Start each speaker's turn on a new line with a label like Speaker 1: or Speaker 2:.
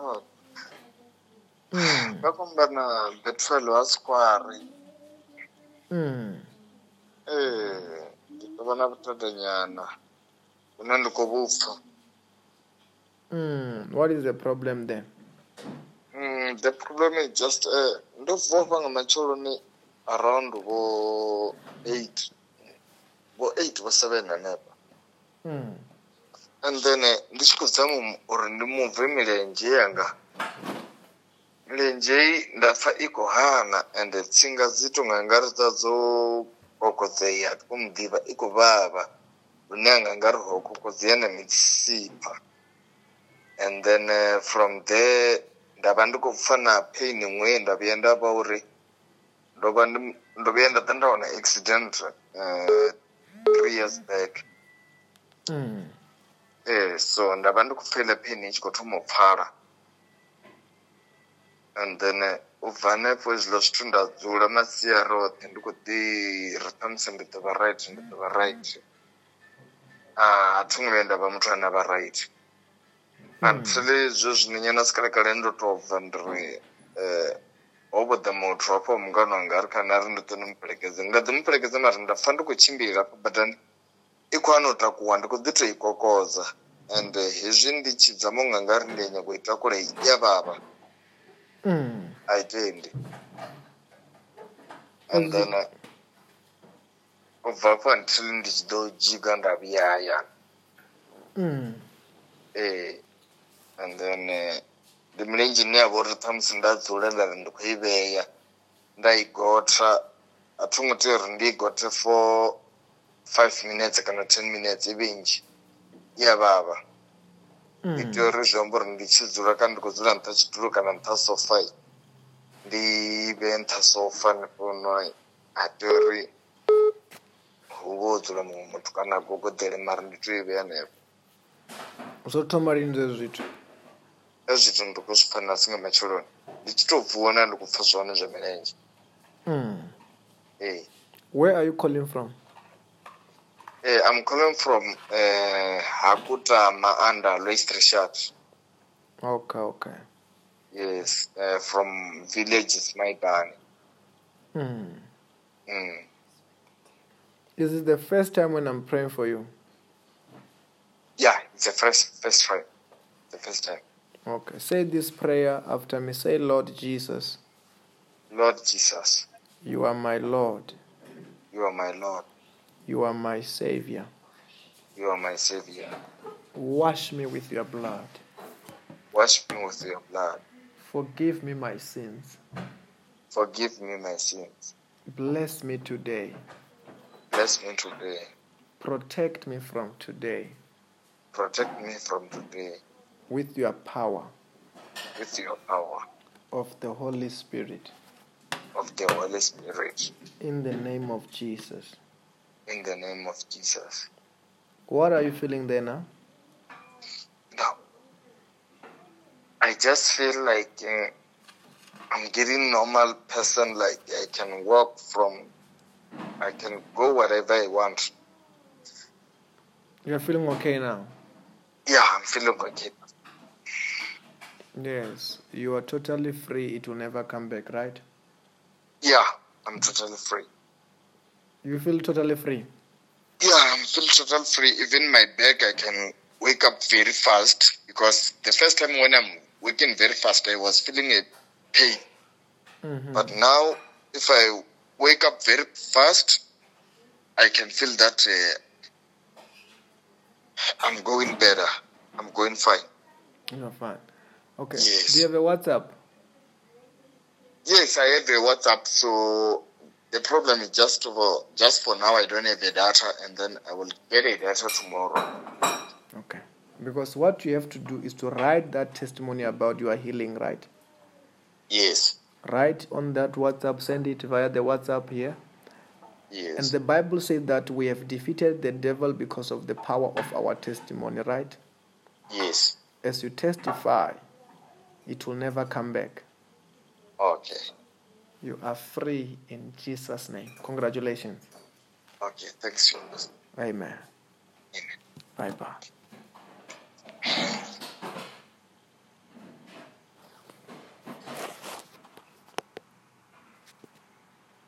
Speaker 1: Oh, nga kombana betrol wa square
Speaker 2: Mm.
Speaker 1: ee ndi ḓo vha Eh, na vhutadanyana hune ndi khou vhupfa
Speaker 2: Mm. What is the problem then?
Speaker 1: Mm, the problem is just uh, ndo vuwa nga matsheloni around vho eight vho eight vho seven hanefha
Speaker 2: Mm.
Speaker 1: and then eh, ndi tshi khou zama mu- uri ndi muve milenzhe yanga milenzhe i nda pfa i khou hana ende tsinga dzi tonga ngari dza dzo kokodzeya thi khou muḓivha i khou vhavha lune anga ngari ho kokodzeya na mitsipha and then eh, from there nda vha ndi khou pfa na pain ṅwe nda vhuya nda vha uri ndo vha ndi ndo vhuya nda ḓa nda wana accident eh, three years back
Speaker 2: Mm.
Speaker 1: Eh, so ndava ndi kupfa ile pheni i tshi khou thoma u pfhala and then eh, u bva hanefho hezwiḽa zwithu nda dzula masia roṱhe ndi khou ḓi ri ṱhamusi ndi ḓo vha right ndi ḓo vha right a thi ngo vhuya nda vha muthu ane a vha right until zwe zwino nyana sikalekale ndo tou bva ndi ri eh, ho vho ḓa muthu hafho wa mungana wanga a ri kana a ri ndi ḓo ni mupelekedze ndi nga ḓi mupelekedza mara nda pfa ndi khou tshimbila hafho badani i khou ano takuwa ndi khou ḓi tou i kokodza and eh, hezwi ndi tshi dzama unga nga ri ndi ya nyago i takula i ya vhavha
Speaker 2: Mm.
Speaker 1: a i tendi and then eh, u bva hafho until ndi tshi ḓo dzhiga nda vhuya hayani
Speaker 2: Mm.
Speaker 1: ee Eh, and then eh, ndi milenzhe ine ya vha uri ṱhamusi nda dzula nda ri ndi khou i vhea nda i gotha a thi ngo tea uri ndi i gothe for five minutes kana ten minutes i vhinzhi i ya vhavha ndi tea
Speaker 2: Mm.
Speaker 1: uri zwi amba uri ndi tshi dzula kana ndi khou dzula nṱha tshidulo kana nṱha sofa ndi vhe nṱha sofa hanefhono a tea uri hu vha ho dzula muṅwe muthu kana a gogodele mara ndi tea u i vhe hanefho
Speaker 2: Zwo thoma lini zwe zwithu?
Speaker 1: hezwi zwithu ndi khou zwi pfa na singa matsheloni ndi tshi tou vuwa na ndi khou pfa zwone zwa milenzhe
Speaker 2: Mm.
Speaker 1: ee
Speaker 2: Where are you calling from?
Speaker 1: ee i'm calling from eh, hakutama under loistreshat
Speaker 2: Okay, okay.
Speaker 1: yes eh, from village smaidani
Speaker 2: Mm.
Speaker 1: mm.
Speaker 2: This is the first time when I'm praying for you.
Speaker 1: yeah it's the first, first time the first time
Speaker 2: Okay. Say this prayer after me. Say, Lord Jesus,
Speaker 1: Lord Jesus,
Speaker 2: you are my Lord.
Speaker 1: you are my Lord,
Speaker 2: You are my Savior.
Speaker 1: you are my Savior.
Speaker 2: Wash me with your blood.
Speaker 1: Wash me with your blood.
Speaker 2: Forgive me my sins.
Speaker 1: Forgive me my sins.
Speaker 2: Bless me today.
Speaker 1: Bless me today.
Speaker 2: Protect me from today
Speaker 1: Protect me from today
Speaker 2: with your power
Speaker 1: with your power
Speaker 2: of the Holy Spirit.
Speaker 1: of the Holy Spirit.
Speaker 2: In the name of Jesus.
Speaker 1: In the name of Jesus.
Speaker 2: What are you feeling there now?
Speaker 1: Now, I just feel like eh, I'm getting normal person. Like I can walk from, I can go wherever I want.
Speaker 2: You're feeling okay now?
Speaker 1: Yeah, I'm feeling okay.
Speaker 2: Yes. You are totally free. It will never come back, right?
Speaker 1: Yeah, I'm totally free.
Speaker 2: You feel totally free.
Speaker 1: Yeah, I'm still total free. Even my back, I can wake up very fast because the first time when I'm waking very fast, I was feeling a pain.
Speaker 2: Mm-hmm.
Speaker 1: But now, if I wake up very fast, I can feel that uh, I'm going better. I'm going fine.
Speaker 2: You're fine. Okay.
Speaker 1: Yes.
Speaker 2: Do you have a WhatsApp?
Speaker 1: Yes, I have a WhatsApp. So the problem is just for just for now, I don't have a data, and then I will get a data tomorrow.
Speaker 2: Okay. Because what you have to do is to write that testimony about your healing, right?
Speaker 1: Yes.
Speaker 2: Write on that WhatsApp, send it via the WhatsApp here.
Speaker 1: Yes.
Speaker 2: And the Bible says that we have defeated the devil because of the power of our testimony, right?
Speaker 1: yes.
Speaker 2: As you testify, it will never come back.
Speaker 1: Okay.
Speaker 2: You are free in Jesus' name. Congratulations.
Speaker 1: Okay, thanks, Jonas.
Speaker 2: Amen.
Speaker 1: Amen.
Speaker 2: Bye bye.